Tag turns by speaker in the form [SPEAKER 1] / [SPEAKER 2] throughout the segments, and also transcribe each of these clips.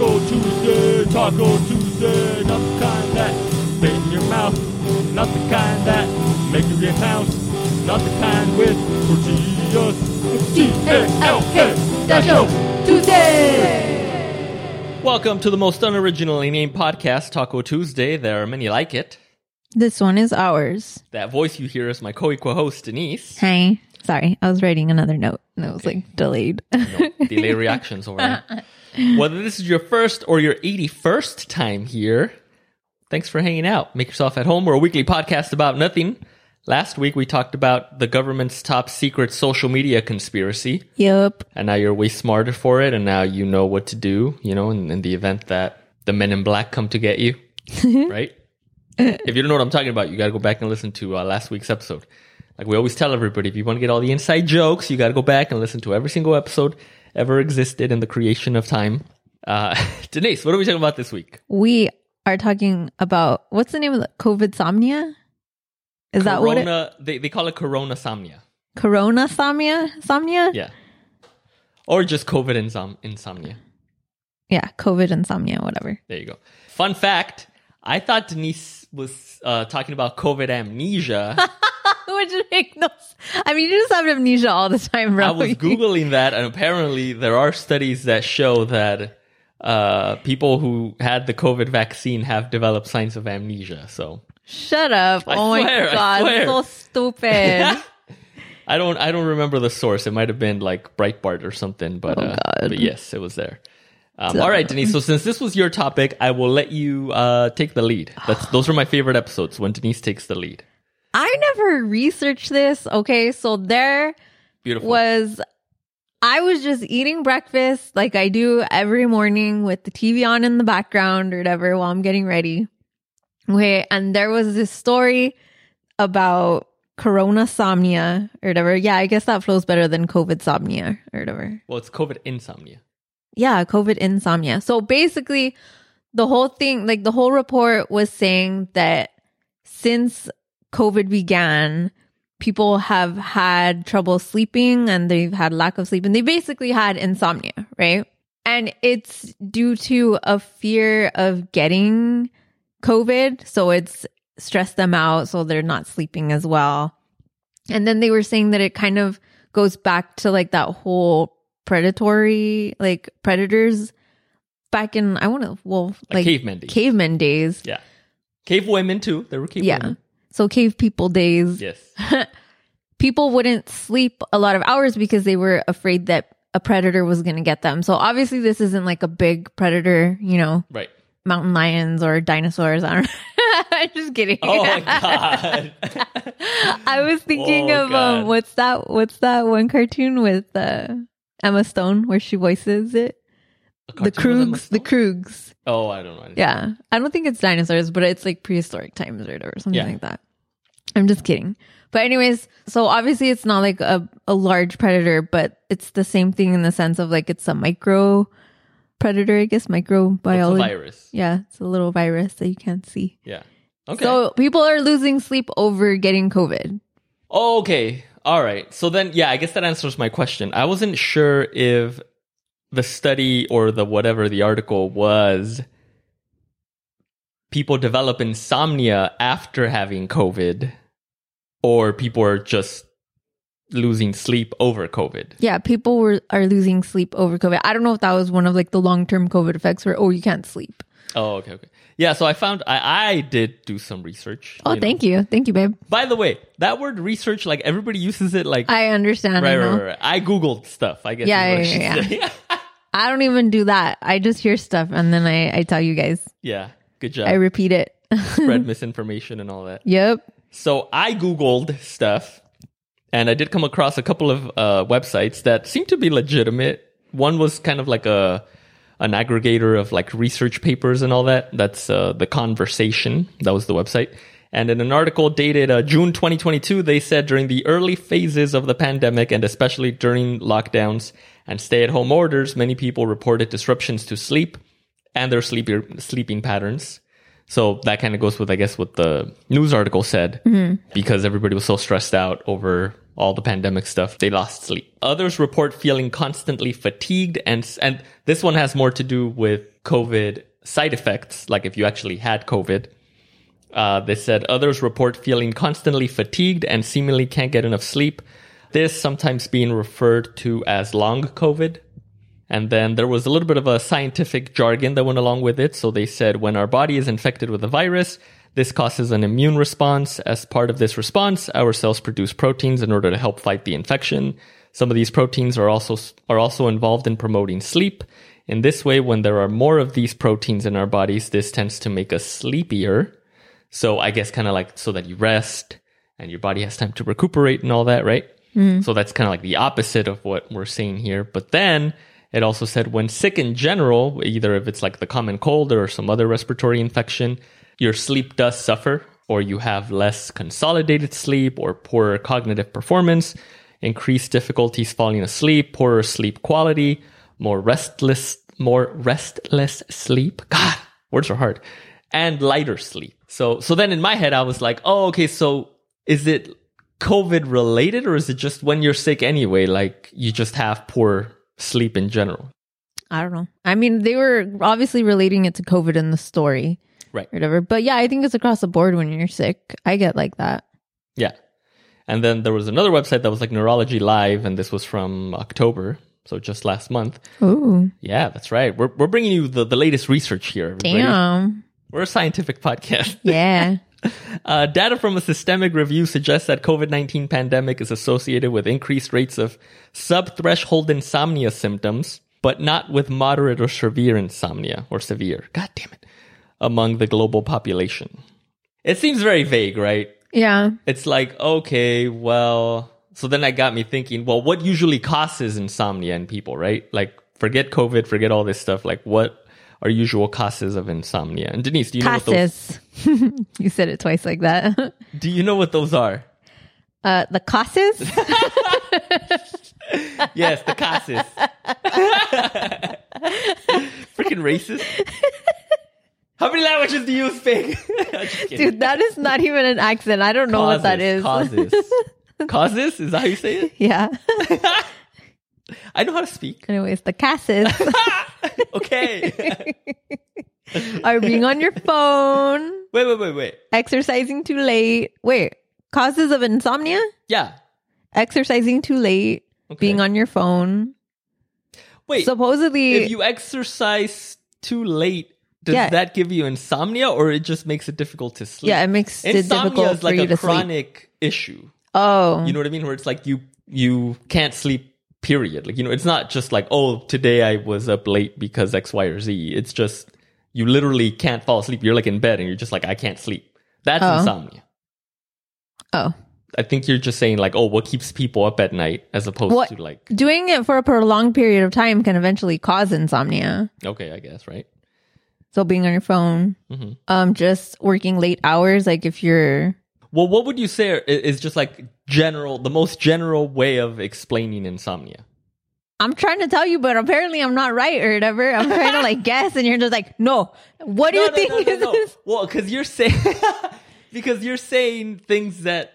[SPEAKER 1] Tuesday, Taco Tuesday, not the kind that spit in your mouth, not the kind that make you get pounced, not the kind with tortillas. It's T-A-L-K,
[SPEAKER 2] Taco Tuesday.
[SPEAKER 3] Welcome to the most unoriginally named podcast, Taco Tuesday. There are many like it.
[SPEAKER 2] This one is ours.
[SPEAKER 3] That voice you hear is my co-equal host, Denise.
[SPEAKER 2] Hey, sorry, I was writing another note and it was like delayed.
[SPEAKER 3] Delay reactions over there. Whether this is your first or your 81st time here, thanks for hanging out. Make yourself at home. We're a weekly podcast about nothing. Last week, we talked about the government's top secret social media conspiracy.
[SPEAKER 2] yep.
[SPEAKER 3] and now you're way smarter for it and now you know what to do you know in, in the event that the men in black come to get you right if you don't know what i'm talking about you got to go back and listen to uh, last week's episode like we always tell everybody if you want to get all the inside jokes you got to go back and listen to every single episode ever existed in the creation of time uh, denise what are we talking about this week
[SPEAKER 2] We are talking about what's the name of the COVID somnia? Is that what it
[SPEAKER 3] corona they, they call it corona somnia
[SPEAKER 2] Corona somnia? Somnia?
[SPEAKER 3] yeah or just covid insom- insomnia
[SPEAKER 2] Yeah, COVID insomnia, whatever.
[SPEAKER 3] There you go. Fun fact: I thought Denise was uh, talking about COVID amnesia.
[SPEAKER 2] Which make no s- I mean, you just have amnesia all the time, bro.
[SPEAKER 3] I was googling that, and apparently there are studies that show that uh, people who had the COVID vaccine have developed signs of amnesia. So
[SPEAKER 2] Shut up.
[SPEAKER 3] I
[SPEAKER 2] oh
[SPEAKER 3] swear, I
[SPEAKER 2] my God.
[SPEAKER 3] swear.
[SPEAKER 2] So stupid.
[SPEAKER 3] I don't I don't remember the source. It might have been like Breitbart or something, but, uh, but yes, it was there. Um, all right, Denise. So since this was your topic, I will let you uh, take the lead. That's, those are my favorite episodes when Denise takes the lead.
[SPEAKER 2] I never researched this. Okay. So there.
[SPEAKER 3] Beautiful.
[SPEAKER 2] was I was just eating breakfast like I do every morning with the TV on in the background or whatever while I'm getting ready. Okay, and there was this story about corona somnia or whatever. Yeah, I guess that flows better than COVID somnia or whatever.
[SPEAKER 3] Well, it's COVID insomnia.
[SPEAKER 2] Yeah, COVID insomnia. So basically, the whole thing, like the whole report was saying that since COVID began, people have had trouble sleeping and they've had lack of sleep and they basically had insomnia, right? And it's due to a fear of getting COVID. So it's stressed them out. So they're not sleeping as well. And then they were saying that it kind of goes back to like that whole predatory, like predators back in, I want to, well,
[SPEAKER 3] Like,
[SPEAKER 2] like
[SPEAKER 3] cavemen do.
[SPEAKER 2] caveman days.
[SPEAKER 3] Yeah. Cave women too. There were cave
[SPEAKER 2] Yeah.
[SPEAKER 3] women.
[SPEAKER 2] So cave people days.
[SPEAKER 3] Yes.
[SPEAKER 2] people wouldn't sleep a lot of hours because they were afraid that a predator was going to get them. So obviously this isn't like a big predator, you know,
[SPEAKER 3] Right.
[SPEAKER 2] mountain lions or dinosaurs. I don't know. Just kidding.
[SPEAKER 3] Oh god.
[SPEAKER 2] I was thinking
[SPEAKER 3] Oh,
[SPEAKER 2] of um,
[SPEAKER 3] God.
[SPEAKER 2] what's that? What's that one cartoon with uh, Emma Stone where she voices it? The Krugs. The Krugs.
[SPEAKER 3] Oh, I don't know. I didn't-
[SPEAKER 2] Yeah, I don't think it's dinosaurs, but it's like prehistoric times or whatever, something
[SPEAKER 3] Yeah.
[SPEAKER 2] like that. I'm just kidding. But anyways, so obviously it's not like a, a large predator, but it's the same thing in the sense of like it's a micro predator, I guess,
[SPEAKER 3] It's a
[SPEAKER 2] microbiology.
[SPEAKER 3] virus.
[SPEAKER 2] Yeah, it's a little virus that you can't see.
[SPEAKER 3] Yeah. Okay.
[SPEAKER 2] So people are losing sleep over getting COVID.
[SPEAKER 3] okay. All right. So then yeah, I guess that answers my question. I wasn't sure if the study or the whatever the article was people develop insomnia after having COVID or people are just losing sleep over COVID.
[SPEAKER 2] Yeah, people were are losing sleep over COVID. I don't know if that was one of like the long term COVID effects where oh you can't sleep.
[SPEAKER 3] Oh, okay, okay. Yeah, so I found I, I did do some research.
[SPEAKER 2] Oh,
[SPEAKER 3] know.
[SPEAKER 2] thank you, thank you, babe.
[SPEAKER 3] By the way, that word research, like everybody uses it like
[SPEAKER 2] I understand.
[SPEAKER 3] right,
[SPEAKER 2] I
[SPEAKER 3] right,
[SPEAKER 2] know.
[SPEAKER 3] right, right. I Googled stuff, I guess.
[SPEAKER 2] Yeah,
[SPEAKER 3] is what
[SPEAKER 2] yeah,
[SPEAKER 3] I
[SPEAKER 2] yeah,
[SPEAKER 3] should say.
[SPEAKER 2] I don't even do that. I just hear stuff and then I, I tell you guys.
[SPEAKER 3] Yeah, Good
[SPEAKER 2] I
[SPEAKER 3] job.
[SPEAKER 2] repeat it.
[SPEAKER 3] Spread misinformation and all that.
[SPEAKER 2] yep.
[SPEAKER 3] So I Googled stuff and I did come across a couple of uh, websites that seemed to be legitimate. One was kind of like a an aggregator of like research papers and all that. That's uh, the conversation. That was the website. And in an article dated uh, June 2022, they said during the early phases of the pandemic and especially during lockdowns and stay at home orders, many people reported disruptions to sleep and their sleepier, sleeping patterns. So that kind of goes with, I guess, what the news article said, because everybody was so stressed out over all the pandemic stuff, they lost sleep. Others report feeling constantly fatigued and and this one has more to do with COVID side effects, like if you actually had COVID. Uh, they said others report feeling constantly fatigued and seemingly can't get enough sleep. This sometimes being referred to as long COVID. And then there was a little bit of a scientific jargon that went along with it. So they said when our body is infected with a virus, this causes an immune response. As part of this response, our cells produce proteins in order to help fight the infection. Some of these proteins are also are also involved in promoting sleep. In this way, when there are more of these proteins in our bodies, this tends to make us sleepier. So I guess kind of like so that you rest and your body has time to recuperate and all that, right? So that's kind of like the opposite of what we're seeing here. But then it also said when sick in general, either if it's like the common cold or some other respiratory infection, your sleep does suffer or you have less consolidated sleep or poorer cognitive performance, increased difficulties falling asleep, poorer sleep quality, more restless, more restless sleep. God, words are hard. And lighter sleep. So, so then in my head, I was like, oh, okay. So is it COVID related or is it just when you're sick anyway? Like you just have poor sleep in general.
[SPEAKER 2] I don't know. I mean, they were obviously relating it to COVID in the story.
[SPEAKER 3] Right.
[SPEAKER 2] Or whatever. But yeah, I think it's across the board when you're sick. I get like that.
[SPEAKER 3] Yeah. And then there was another website that was like Neurology Live, and this was from October. So just last month.
[SPEAKER 2] Ooh.
[SPEAKER 3] Yeah, that's right. We're, we're bringing you the, the latest research here. everybody.
[SPEAKER 2] Damn.
[SPEAKER 3] We're a scientific podcast.
[SPEAKER 2] Yeah.
[SPEAKER 3] Uh, data from a systemic review suggests that COVID-19 pandemic is associated with increased rates of subthreshold insomnia symptoms, but not with moderate or severe insomnia or severe. God damn it. Among the global population. It seems very vague, right?
[SPEAKER 2] yeah.
[SPEAKER 3] It's like, okay, well, so then that got me thinking, well, what usually causes insomnia in people, right? Like forget COVID, forget all this stuff. Like what are usual causes of insomnia? And Denise, do you know what those
[SPEAKER 2] Cassis. you said it twice like that.
[SPEAKER 3] do you know what those are?
[SPEAKER 2] Uh, the cassis?
[SPEAKER 3] Yes, the cassis. Freaking racist. How many languages do you speak? I'm just kidding.
[SPEAKER 2] Dude, that is not even an accent. I don't know what that is.
[SPEAKER 3] Causes. Causes? Is that how you say it?
[SPEAKER 2] yeah.
[SPEAKER 3] I know how to speak.
[SPEAKER 2] Anyways, the cassis
[SPEAKER 3] Okay.
[SPEAKER 2] are being on your phone,
[SPEAKER 3] wait, wait, wait, wait.
[SPEAKER 2] exercising too late. Wait, causes of insomnia?
[SPEAKER 3] Yeah.
[SPEAKER 2] Exercising too late, being on your phone.
[SPEAKER 3] Wait.
[SPEAKER 2] Supposedly,
[SPEAKER 3] if you exercise too late, does
[SPEAKER 2] Yeah.
[SPEAKER 3] that give you insomnia or it just makes it difficult to sleep?
[SPEAKER 2] yeah, it makes it
[SPEAKER 3] insomnia
[SPEAKER 2] difficult
[SPEAKER 3] is like
[SPEAKER 2] for you
[SPEAKER 3] a
[SPEAKER 2] to sleep.
[SPEAKER 3] chronic issue.
[SPEAKER 2] Oh,
[SPEAKER 3] You know what I mean? Where it's like you you can't sleep. Period. Like you know, it's not just like oh today I was up late because X, Y, or Z. It's just you literally can't fall asleep. You're like in bed and you're just like I can't sleep. That's
[SPEAKER 2] Oh.
[SPEAKER 3] insomnia.
[SPEAKER 2] oh,
[SPEAKER 3] I think you're just saying like oh what keeps people up at night as opposed
[SPEAKER 2] What-
[SPEAKER 3] to like
[SPEAKER 2] doing it for a prolonged period of time can eventually cause insomnia.
[SPEAKER 3] okay I guess right.
[SPEAKER 2] So being on your phone,
[SPEAKER 3] Mhm.
[SPEAKER 2] um, just working late hours, like if you're
[SPEAKER 3] Well, what would you say are- i- is just like general the most general way of explaining insomnia?
[SPEAKER 2] I'm trying to tell you, but apparently I'm not right or whatever. I'm trying to like guess, and you're just like, no. What do you think is this
[SPEAKER 3] Well, because you're saying because you're saying things that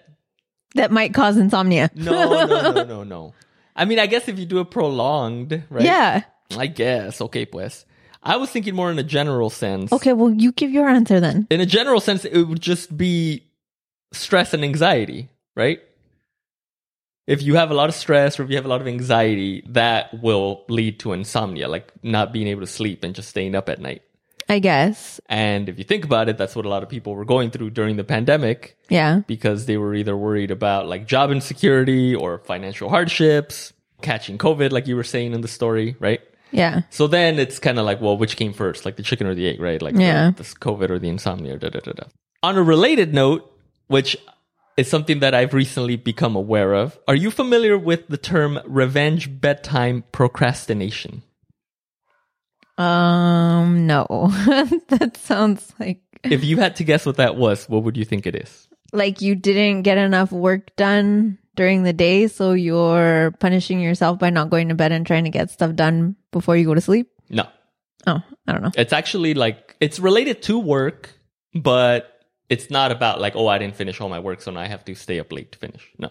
[SPEAKER 2] that might cause insomnia?
[SPEAKER 3] No, no, no, no, no. I mean, I guess if you do it prolonged, right?
[SPEAKER 2] Yeah.
[SPEAKER 3] I guess. Okay, pues. I was thinking more in a general sense.
[SPEAKER 2] Okay. Well, you give your answer then.
[SPEAKER 3] In a general sense, it would just be stress and anxiety, right? If you have a lot of stress or if you have a lot of anxiety, that will lead to insomnia, like not being able to sleep and just staying up at night.
[SPEAKER 2] I guess.
[SPEAKER 3] And if you think about it, that's what a lot of people were going through during the pandemic
[SPEAKER 2] Yeah.
[SPEAKER 3] because they were either worried about like job insecurity or financial hardships, catching COVID, like you were saying in the story, right?
[SPEAKER 2] Yeah.
[SPEAKER 3] So then it's kind of like, well, which came first, like the chicken or the egg, right? Like,
[SPEAKER 2] Yeah.
[SPEAKER 3] the, this COVID or the insomnia, da da da da. On a related note, which is something that I've recently become aware of, are you familiar with the term revenge bedtime procrastination?
[SPEAKER 2] Um. No. that sounds like
[SPEAKER 3] If you had to guess what that was, what would you think it is?
[SPEAKER 2] like you didn't get enough work done during the day, so you're punishing yourself by not going to bed and trying to get stuff done before you go to sleep.
[SPEAKER 3] No,
[SPEAKER 2] Oh, I don't know.
[SPEAKER 3] It's actually like it's related to work, but it's not about like oh I didn't finish all my work, so now I have to stay up late to finish. No,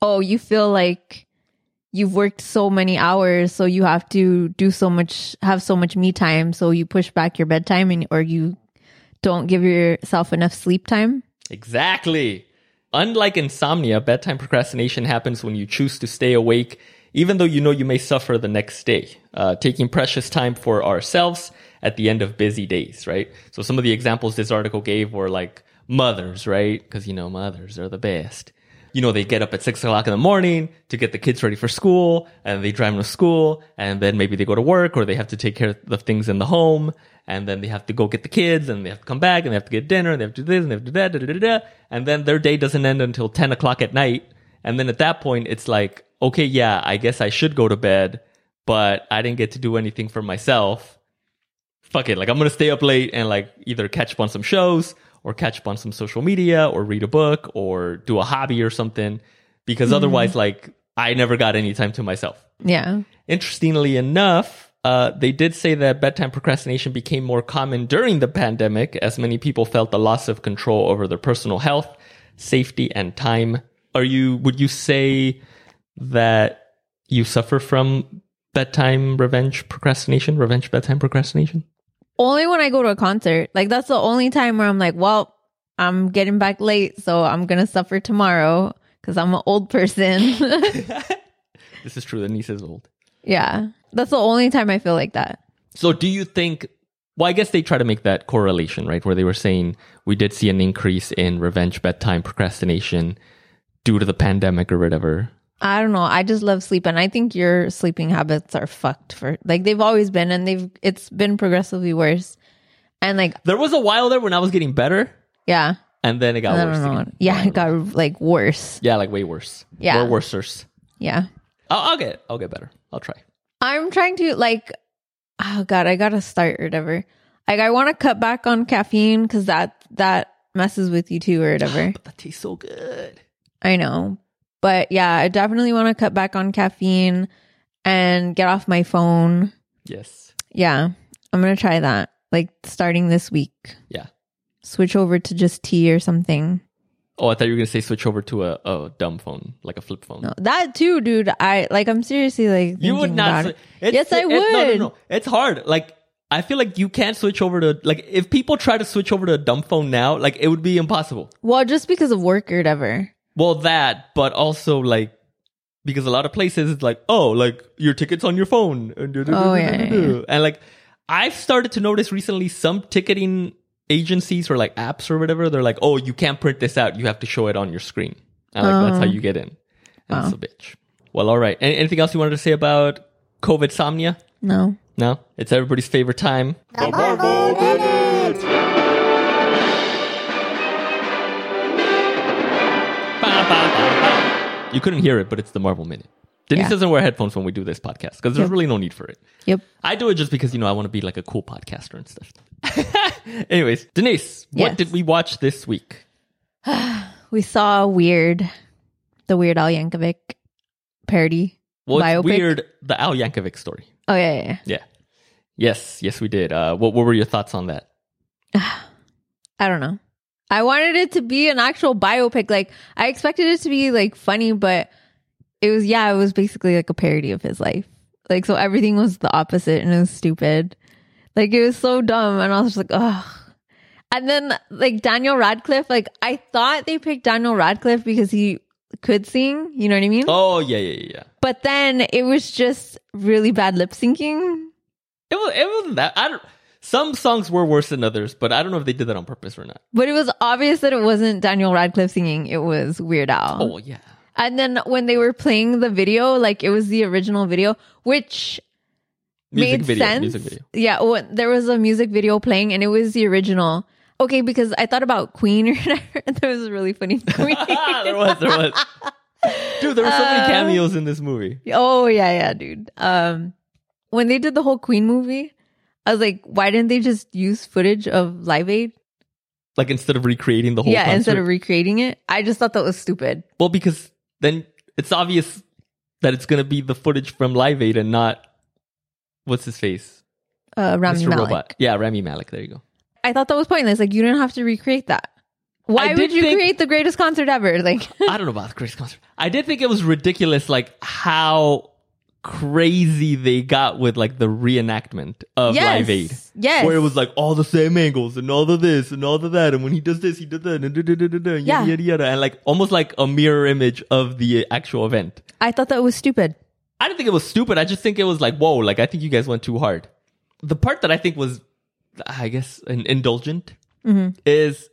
[SPEAKER 2] oh, you feel like you've worked so many hours, so you have to do so much, have so much me time, so you push back your bedtime and or you don't give yourself enough sleep time.
[SPEAKER 3] Exactly. Unlike insomnia, bedtime procrastination happens when you choose to stay awake, even though you know you may suffer the next day, uh, taking precious time for ourselves at the end of busy days, right? So some of the examples this article gave were like mothers, right? Because you know, mothers are the best. You know, they get up at six o'clock in the morning to get the kids ready for school and they drive them to school and then maybe they go to work or they have to take care of things in the home and then they have to go get the kids and they have to come back and they have to get dinner and they have to do this and they have to do that, da, da, da, da. and then their day doesn't end until 10 o'clock at night. And then at that point, it's like, okay, yeah, I guess I should go to bed, but I didn't get to do anything for myself. Fuck it. Like, I'm going to stay up late and like either catch up on some shows or catch up on some social media or read a book or do a hobby or something because otherwise, like, I never got any time to myself
[SPEAKER 2] Yeah.
[SPEAKER 3] interestingly enough, uh, they did say that bedtime procrastination became more common during the pandemic as many people felt the loss of control over their personal health, safety, and time. Are you, would you say that you suffer from bedtime revenge procrastination, revenge bedtime procrastination?
[SPEAKER 2] Only when I go to a concert. Like that's the only time where I'm like, well, I'm getting back late, so I'm gonna suffer tomorrow because I'm an old person.
[SPEAKER 3] This is true. The niece is old.
[SPEAKER 2] yeah. That's the only time I feel like that.
[SPEAKER 3] So do you think well, I guess they try to make that correlation, right? Where they were saying we did see an increase in revenge bedtime procrastination due to the pandemic or whatever.
[SPEAKER 2] I don't know. I just love sleep, and I think your sleeping habits are fucked for like they've always been, and they've it's been progressively worse. And like,
[SPEAKER 3] There was a while there when I was getting better
[SPEAKER 2] yeah,
[SPEAKER 3] and then it got
[SPEAKER 2] I
[SPEAKER 3] worse.
[SPEAKER 2] don't know.
[SPEAKER 3] again.
[SPEAKER 2] Yeah, it got like worse.
[SPEAKER 3] Yeah, like way worse.
[SPEAKER 2] Yeah.
[SPEAKER 3] Or worsers.
[SPEAKER 2] Yeah,
[SPEAKER 3] I'll, I'll get I'll get better. I'll try.
[SPEAKER 2] I'm trying to like, oh god, I gotta start or whatever. Like, I want to cut back on caffeine because that that messes with you too or whatever.
[SPEAKER 3] But that tastes so good.
[SPEAKER 2] I know, but yeah, I definitely want to cut back on caffeine and get off my phone.
[SPEAKER 3] Yes.
[SPEAKER 2] Yeah, I'm gonna try that. Like starting this week.
[SPEAKER 3] Yeah.
[SPEAKER 2] switch over to just tea or something.
[SPEAKER 3] Oh, I thought you were gonna say switch over to a, a dumb phone, like a flip phone.
[SPEAKER 2] No, that too, dude. I like. I'm seriously like.
[SPEAKER 3] You would
[SPEAKER 2] thinking
[SPEAKER 3] not.
[SPEAKER 2] about
[SPEAKER 3] Sw-
[SPEAKER 2] it.
[SPEAKER 3] it's-
[SPEAKER 2] Yes, I
[SPEAKER 3] it- it's- no, no,
[SPEAKER 2] would.
[SPEAKER 3] no. It's hard. Like I feel like you can't switch over to like if people try to switch over to a dumb phone now, like it would be impossible.
[SPEAKER 2] Well, just because of work or whatever.
[SPEAKER 3] Well, that, but also like because a lot of places it's like, oh, like your tickets on your phone, and, do, do, do,
[SPEAKER 2] Oh,
[SPEAKER 3] do,
[SPEAKER 2] yeah,
[SPEAKER 3] do,
[SPEAKER 2] yeah,
[SPEAKER 3] do. and like I've started to notice recently some ticketing agencies or like apps or whatever, they're like, oh, you can't print this out, you have to show it on your screen, and like that's how
[SPEAKER 2] Oh.
[SPEAKER 3] you get in. And That's a bitch. Well, all right. Any- anything else you wanted to say about COVID somnia?
[SPEAKER 2] No.
[SPEAKER 3] No, it's everybody's favorite time. Ba, ba, ba, ba. You couldn't hear it, but it's the Marvel Minute. Denise
[SPEAKER 2] Yeah.
[SPEAKER 3] doesn't wear headphones when we do this podcast because there's really no need for it.
[SPEAKER 2] Yep.
[SPEAKER 3] I do it just because you know I want to be like a cool podcaster and stuff. Anyways, Denise, what
[SPEAKER 2] Yes.
[SPEAKER 3] did we watch this week?
[SPEAKER 2] We saw Weird, the Weird Al Yankovic parody.
[SPEAKER 3] Well, it's
[SPEAKER 2] Biopic?
[SPEAKER 3] weird the Al Yankovic story.
[SPEAKER 2] Oh yeah, yeah, yeah.
[SPEAKER 3] Yeah. Yes, yes, we did. Uh, what, what were your thoughts on that?
[SPEAKER 2] I don't know. I wanted it to be an actual biopic. Like I expected it to be like funny, but it was yeah, it was basically like a parody of his life. Like so everything was the opposite and it was stupid. Like it was so dumb and I was just like, ugh. And then like Daniel Radcliffe, like I thought they picked Daniel Radcliffe because he could sing, you know what I mean?
[SPEAKER 3] Oh yeah, yeah, yeah, yeah.
[SPEAKER 2] But then it was just really bad lip syncing.
[SPEAKER 3] It was. It wasn't that. I don't. Some songs were worse than others, but I don't know if they did that on purpose or not.
[SPEAKER 2] But it was obvious that it wasn't Daniel Radcliffe singing, it was Weird Al.
[SPEAKER 3] Oh yeah.
[SPEAKER 2] And then when they were playing the video, like it was the original video, which
[SPEAKER 3] Music
[SPEAKER 2] made
[SPEAKER 3] video.
[SPEAKER 2] sense.
[SPEAKER 3] Music video.
[SPEAKER 2] Yeah, when there was a music video playing, and it was the original. Okay, because I thought about Queen or whatever. That was really funny. Queen.
[SPEAKER 3] there was, there was. Dude, there were so
[SPEAKER 2] Uh,
[SPEAKER 3] many cameos in this movie.
[SPEAKER 2] oh yeah, yeah, dude. Um, when they did the whole Queen movie, I was like, why didn't they just use footage of Live Aid?
[SPEAKER 3] Like instead of recreating the whole
[SPEAKER 2] yeah,
[SPEAKER 3] concert.
[SPEAKER 2] instead of recreating it. I just thought that was stupid.
[SPEAKER 3] well, because then it's obvious that it's gonna be the footage from Live Aid and not what's his face,
[SPEAKER 2] Uh, Rami
[SPEAKER 3] Mr.
[SPEAKER 2] Malek.
[SPEAKER 3] Robot. Yeah, Rami Malik. There you go.
[SPEAKER 2] I thought that was pointless. Like you didn't have to recreate that. Why
[SPEAKER 3] I
[SPEAKER 2] would
[SPEAKER 3] did
[SPEAKER 2] you
[SPEAKER 3] think-
[SPEAKER 2] create the greatest concert ever? Like,
[SPEAKER 3] I don't know about the Chris concert. I did think it was ridiculous, like how crazy they got with like the reenactment of
[SPEAKER 2] Yes.
[SPEAKER 3] Live Aid.
[SPEAKER 2] Yes.
[SPEAKER 3] Where it was like all the same angles and all of this and all of that. And when he does this, he did that and da, da, da, da, da, yada,
[SPEAKER 2] Yeah.
[SPEAKER 3] yada, yada. And like almost like a mirror image of the actual event.
[SPEAKER 2] I thought that was stupid.
[SPEAKER 3] I didn't think it was stupid. I just think it was like, whoa, like I think you guys went too hard. The part that I think was, I guess, an indulgent
[SPEAKER 2] Mm-hmm.
[SPEAKER 3] is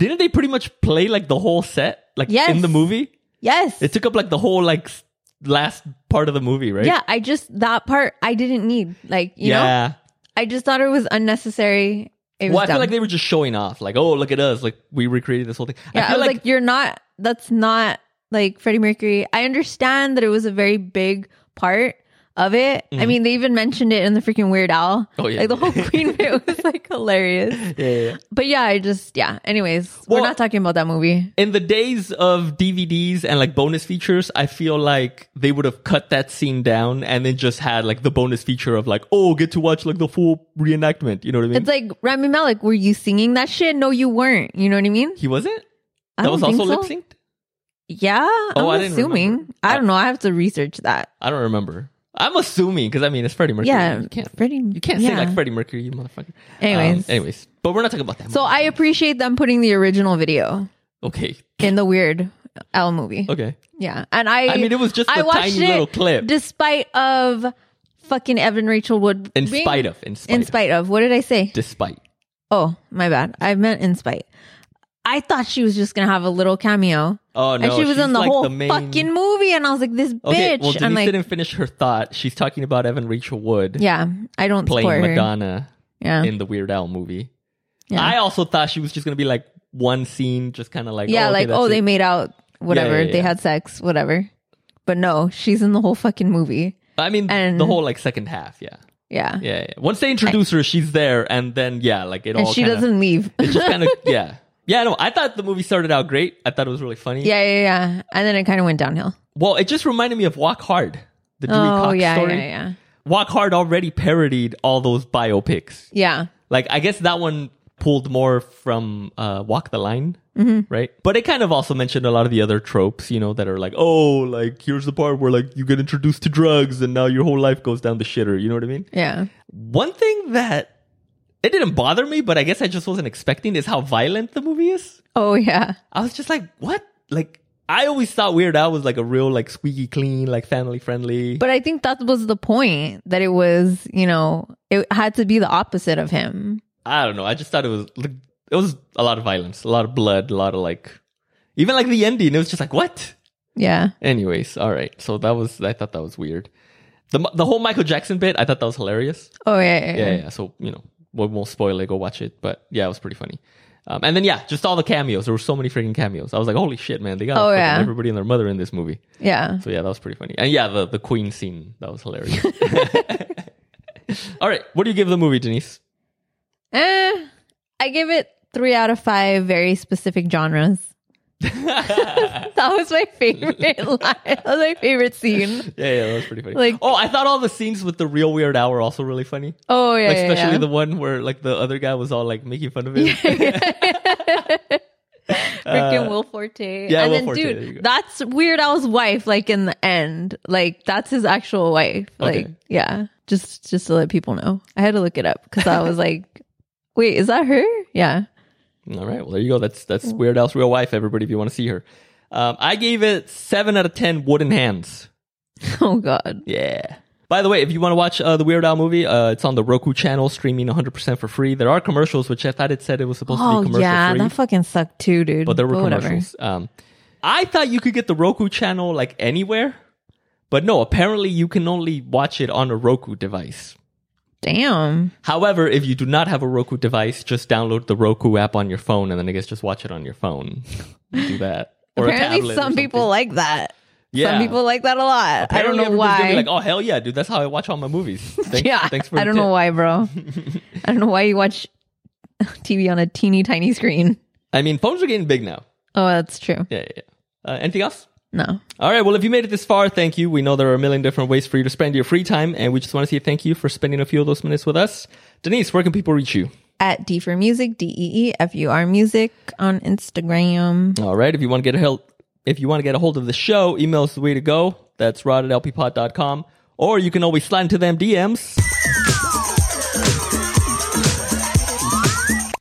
[SPEAKER 3] didn't they pretty much play like the whole set, like
[SPEAKER 2] Yes.
[SPEAKER 3] in the movie?
[SPEAKER 2] Yes.
[SPEAKER 3] It took up like the whole like s- last part of the movie, right?
[SPEAKER 2] Yeah, I just that part I didn't need. Like, you know,
[SPEAKER 3] yeah.
[SPEAKER 2] I just thought it was unnecessary. It was
[SPEAKER 3] Well, I feel
[SPEAKER 2] dumb.
[SPEAKER 3] like they were just showing off, like, oh, look at us, like we recreated this whole thing.
[SPEAKER 2] yeah,
[SPEAKER 3] I feel
[SPEAKER 2] was like, you're not. That's not like Freddie Mercury. I understand that it was a very big part of it. I mean, they even mentioned it in the freaking Weird Owl.
[SPEAKER 3] Mm-hmm. Oh, yeah.
[SPEAKER 2] like the whole Queen bit was like hilarious.
[SPEAKER 3] Yeah, yeah, yeah.
[SPEAKER 2] But yeah, I just yeah. Anyways,
[SPEAKER 3] Well-
[SPEAKER 2] we're not talking about that movie.
[SPEAKER 3] in the days of DVDs and like bonus features, I feel like they would have cut that scene down and then just had like the bonus feature of like, oh, get to watch like the full reenactment. You know what I mean?
[SPEAKER 2] It's like Rami Malek. Were you singing that shit? No, you weren't. You know what I mean?
[SPEAKER 3] he wasn't. That
[SPEAKER 2] I don't
[SPEAKER 3] was
[SPEAKER 2] think
[SPEAKER 3] also
[SPEAKER 2] so.
[SPEAKER 3] lip synced.
[SPEAKER 2] Yeah, I'm
[SPEAKER 3] I didn't
[SPEAKER 2] assuming.
[SPEAKER 3] remember.
[SPEAKER 2] I don't know. I have to research that.
[SPEAKER 3] I don't remember. I'm assuming because I mean it's Freddie Mercury.
[SPEAKER 2] Yeah,
[SPEAKER 3] you can't.
[SPEAKER 2] Freddie.
[SPEAKER 3] You can't
[SPEAKER 2] yeah.
[SPEAKER 3] sing like Freddie Mercury, you motherfucker.
[SPEAKER 2] Anyways.
[SPEAKER 3] Um, anyways, but we're not talking about that.
[SPEAKER 2] So I appreciate them putting the original video
[SPEAKER 3] okay,
[SPEAKER 2] in the Weird L movie.
[SPEAKER 3] okay.
[SPEAKER 2] Yeah, and I.
[SPEAKER 3] I mean, it was just
[SPEAKER 2] I
[SPEAKER 3] a
[SPEAKER 2] watched
[SPEAKER 3] tiny
[SPEAKER 2] it
[SPEAKER 3] little clip.
[SPEAKER 2] despite of fucking Evan Rachel Wood.
[SPEAKER 3] In
[SPEAKER 2] being-
[SPEAKER 3] spite of, in spite,
[SPEAKER 2] in
[SPEAKER 3] of,
[SPEAKER 2] spite of. What did I say?
[SPEAKER 3] despite.
[SPEAKER 2] Oh, my bad. I meant in spite. I thought she was just gonna have a little cameo,
[SPEAKER 3] Oh no,
[SPEAKER 2] and she was
[SPEAKER 3] she's
[SPEAKER 2] in the
[SPEAKER 3] like
[SPEAKER 2] whole
[SPEAKER 3] the main...
[SPEAKER 2] fucking movie, and I was like, "This bitch."
[SPEAKER 3] Okay, well, Denise
[SPEAKER 2] I'm like,
[SPEAKER 3] didn't finish her thought. She's talking about Evan Rachel Wood
[SPEAKER 2] "Yeah, I don't
[SPEAKER 3] playing
[SPEAKER 2] support her."
[SPEAKER 3] Madonna
[SPEAKER 2] Yeah,
[SPEAKER 3] in the Weird Al movie.
[SPEAKER 2] Yeah.
[SPEAKER 3] I also thought she was just gonna be like one scene, just kind of like oh,
[SPEAKER 2] yeah,
[SPEAKER 3] okay,
[SPEAKER 2] like
[SPEAKER 3] that's
[SPEAKER 2] oh,
[SPEAKER 3] it.
[SPEAKER 2] they made out, whatever.
[SPEAKER 3] yeah,
[SPEAKER 2] They
[SPEAKER 3] yeah.
[SPEAKER 2] had sex, whatever. But no, she's in the whole fucking movie.
[SPEAKER 3] I mean
[SPEAKER 2] and-
[SPEAKER 3] the whole like second half, yeah.
[SPEAKER 2] Yeah,
[SPEAKER 3] yeah, yeah. Once they introduce her, she's there, and then yeah, like it
[SPEAKER 2] and
[SPEAKER 3] all
[SPEAKER 2] she
[SPEAKER 3] kinda,
[SPEAKER 2] doesn't leave.
[SPEAKER 3] It's just kind of yeah, yeah. No, I thought the movie started out great. I thought it was really funny.
[SPEAKER 2] Yeah, yeah, yeah. And then it kind of went downhill.
[SPEAKER 3] Well, it just reminded me of Walk Hard, the Dewey
[SPEAKER 2] oh
[SPEAKER 3] Cox
[SPEAKER 2] yeah,
[SPEAKER 3] story.
[SPEAKER 2] yeah, yeah,
[SPEAKER 3] Walk Hard already parodied all those biopics.
[SPEAKER 2] yeah.
[SPEAKER 3] Like I guess that one pulled more from uh, Walk the Line, right? But it kind of also mentioned a lot of the other tropes, you know, that are like, oh, like here's the part where like you get introduced to drugs and now your whole life goes down the shitter. You know what I mean?
[SPEAKER 2] Yeah.
[SPEAKER 3] One thing that it didn't bother me, but I guess I just wasn't expecting is how violent the movie is.
[SPEAKER 2] Oh yeah.
[SPEAKER 3] I was just like, what? Like I always thought Weird Al was like a real like squeaky clean, like family friendly.
[SPEAKER 2] But I think that was the point that it was, you know, it had to be the opposite of him.
[SPEAKER 3] I don't know. I just thought it was like, it was a lot of violence, a lot of blood, a lot of like even like the ending. It was just like what?
[SPEAKER 2] Yeah.
[SPEAKER 3] Anyways, all right. So that was I thought that was weird. The the whole Michael Jackson bit, I thought that was hilarious.
[SPEAKER 2] Oh yeah. Yeah.
[SPEAKER 3] Yeah,
[SPEAKER 2] yeah.
[SPEAKER 3] yeah. So you know, we won't spoil it. Go watch it. But yeah, it was pretty funny. Um, and then yeah, just all the cameos. There were so many freaking cameos. I was like, holy shit, man! They got
[SPEAKER 2] Oh,
[SPEAKER 3] fucking
[SPEAKER 2] yeah.
[SPEAKER 3] everybody and their mother in this movie.
[SPEAKER 2] Yeah.
[SPEAKER 3] So yeah, that was pretty funny. And yeah, the the Queen scene that was hilarious. all right, what do you give the movie, Denise?
[SPEAKER 2] Eh, I give it three out of five very specific genres. that was my favorite line. That was my favorite scene.
[SPEAKER 3] Yeah, yeah, that was pretty funny.
[SPEAKER 2] Like-
[SPEAKER 3] oh, I thought all the scenes with the real Weird Al were also really funny.
[SPEAKER 2] Oh yeah.
[SPEAKER 3] Like,
[SPEAKER 2] yeah,
[SPEAKER 3] especially
[SPEAKER 2] yeah.
[SPEAKER 3] the one where like the other guy was all like making fun of him.
[SPEAKER 2] freaking Will Forte.
[SPEAKER 3] Uh, yeah,
[SPEAKER 2] and
[SPEAKER 3] Will
[SPEAKER 2] then
[SPEAKER 3] Forte, there you go.
[SPEAKER 2] dude, that's Weird Al's wife. Like in the end, like that's his actual wife.
[SPEAKER 3] Okay.
[SPEAKER 2] Like yeah, just just to let people know, I had to look it up because I was like, wait, is that her? Yeah,
[SPEAKER 3] all right, well there you go. That's that's Weird Al's real wife. Everybody, if you want to see her, um, I gave it seven out of ten wooden hands.
[SPEAKER 2] oh god,
[SPEAKER 3] Yeah. By the way, if you want to watch uh, the Weird Al movie, uh, it's on the Roku channel, streaming 100% for free. There are commercials, which I thought it said it was supposed to be
[SPEAKER 2] oh
[SPEAKER 3] commercial
[SPEAKER 2] yeah,
[SPEAKER 3] free.
[SPEAKER 2] that fucking sucked too, dude.
[SPEAKER 3] but there were
[SPEAKER 2] whatever.
[SPEAKER 3] commercials. Um, I thought you could get the Roku channel like anywhere, but no. Apparently, you can only watch it on a Roku device.
[SPEAKER 2] Damn.
[SPEAKER 3] However, if you do not have a Roku device, just download the Roku app on your phone, and then I guess just watch it on your phone. do that. Or a tablet
[SPEAKER 2] Apparently,
[SPEAKER 3] or
[SPEAKER 2] some people
[SPEAKER 3] something.
[SPEAKER 2] like that.
[SPEAKER 3] Yeah.
[SPEAKER 2] Some people like that a lot. I don't know
[SPEAKER 3] Apparently everybody's gonna
[SPEAKER 2] why.
[SPEAKER 3] be like, oh hell yeah, dude! That's how I watch all my movies. Thanks,
[SPEAKER 2] yeah,
[SPEAKER 3] thanks for.
[SPEAKER 2] I don't know why, bro. I don't know why you watch TV on a teeny tiny screen.
[SPEAKER 3] I mean, phones are getting big now.
[SPEAKER 2] Oh, that's true.
[SPEAKER 3] Yeah, yeah. yeah. Uh, anything else?
[SPEAKER 2] No.
[SPEAKER 3] All right. Well, if you made it this far, thank you. We know there are a million different ways for you to spend your free time, and we just want to say thank you for spending a few of those minutes with us. Denise, where can people reach you?
[SPEAKER 2] at D for Music, D E E F U R Music on Instagram.
[SPEAKER 3] All right. If you want to get a help, if you want to get a hold of the show, email is the way to go. That's rod at lppod.com. Or you can always slide into them DMs.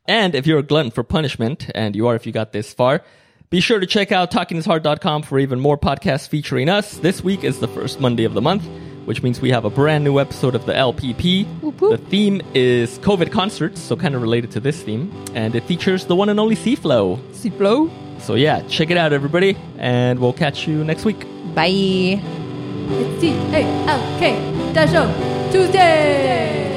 [SPEAKER 3] And if you're a glutton for punishment, and you are if you got this far, be sure to check out talkingishard.com for even more podcasts featuring us. This week is the first Monday of the month, which means we have a brand new episode of the LPP.
[SPEAKER 2] Whoop, whoop.
[SPEAKER 3] The theme is COVID concerts, so kind of related to this theme, and it features the one and only Seaflow.
[SPEAKER 2] Ciplo.
[SPEAKER 3] So yeah, check it out, everybody, and we'll catch you next week.
[SPEAKER 2] Bye.
[SPEAKER 4] It's T A L K Dash Show Tuesday.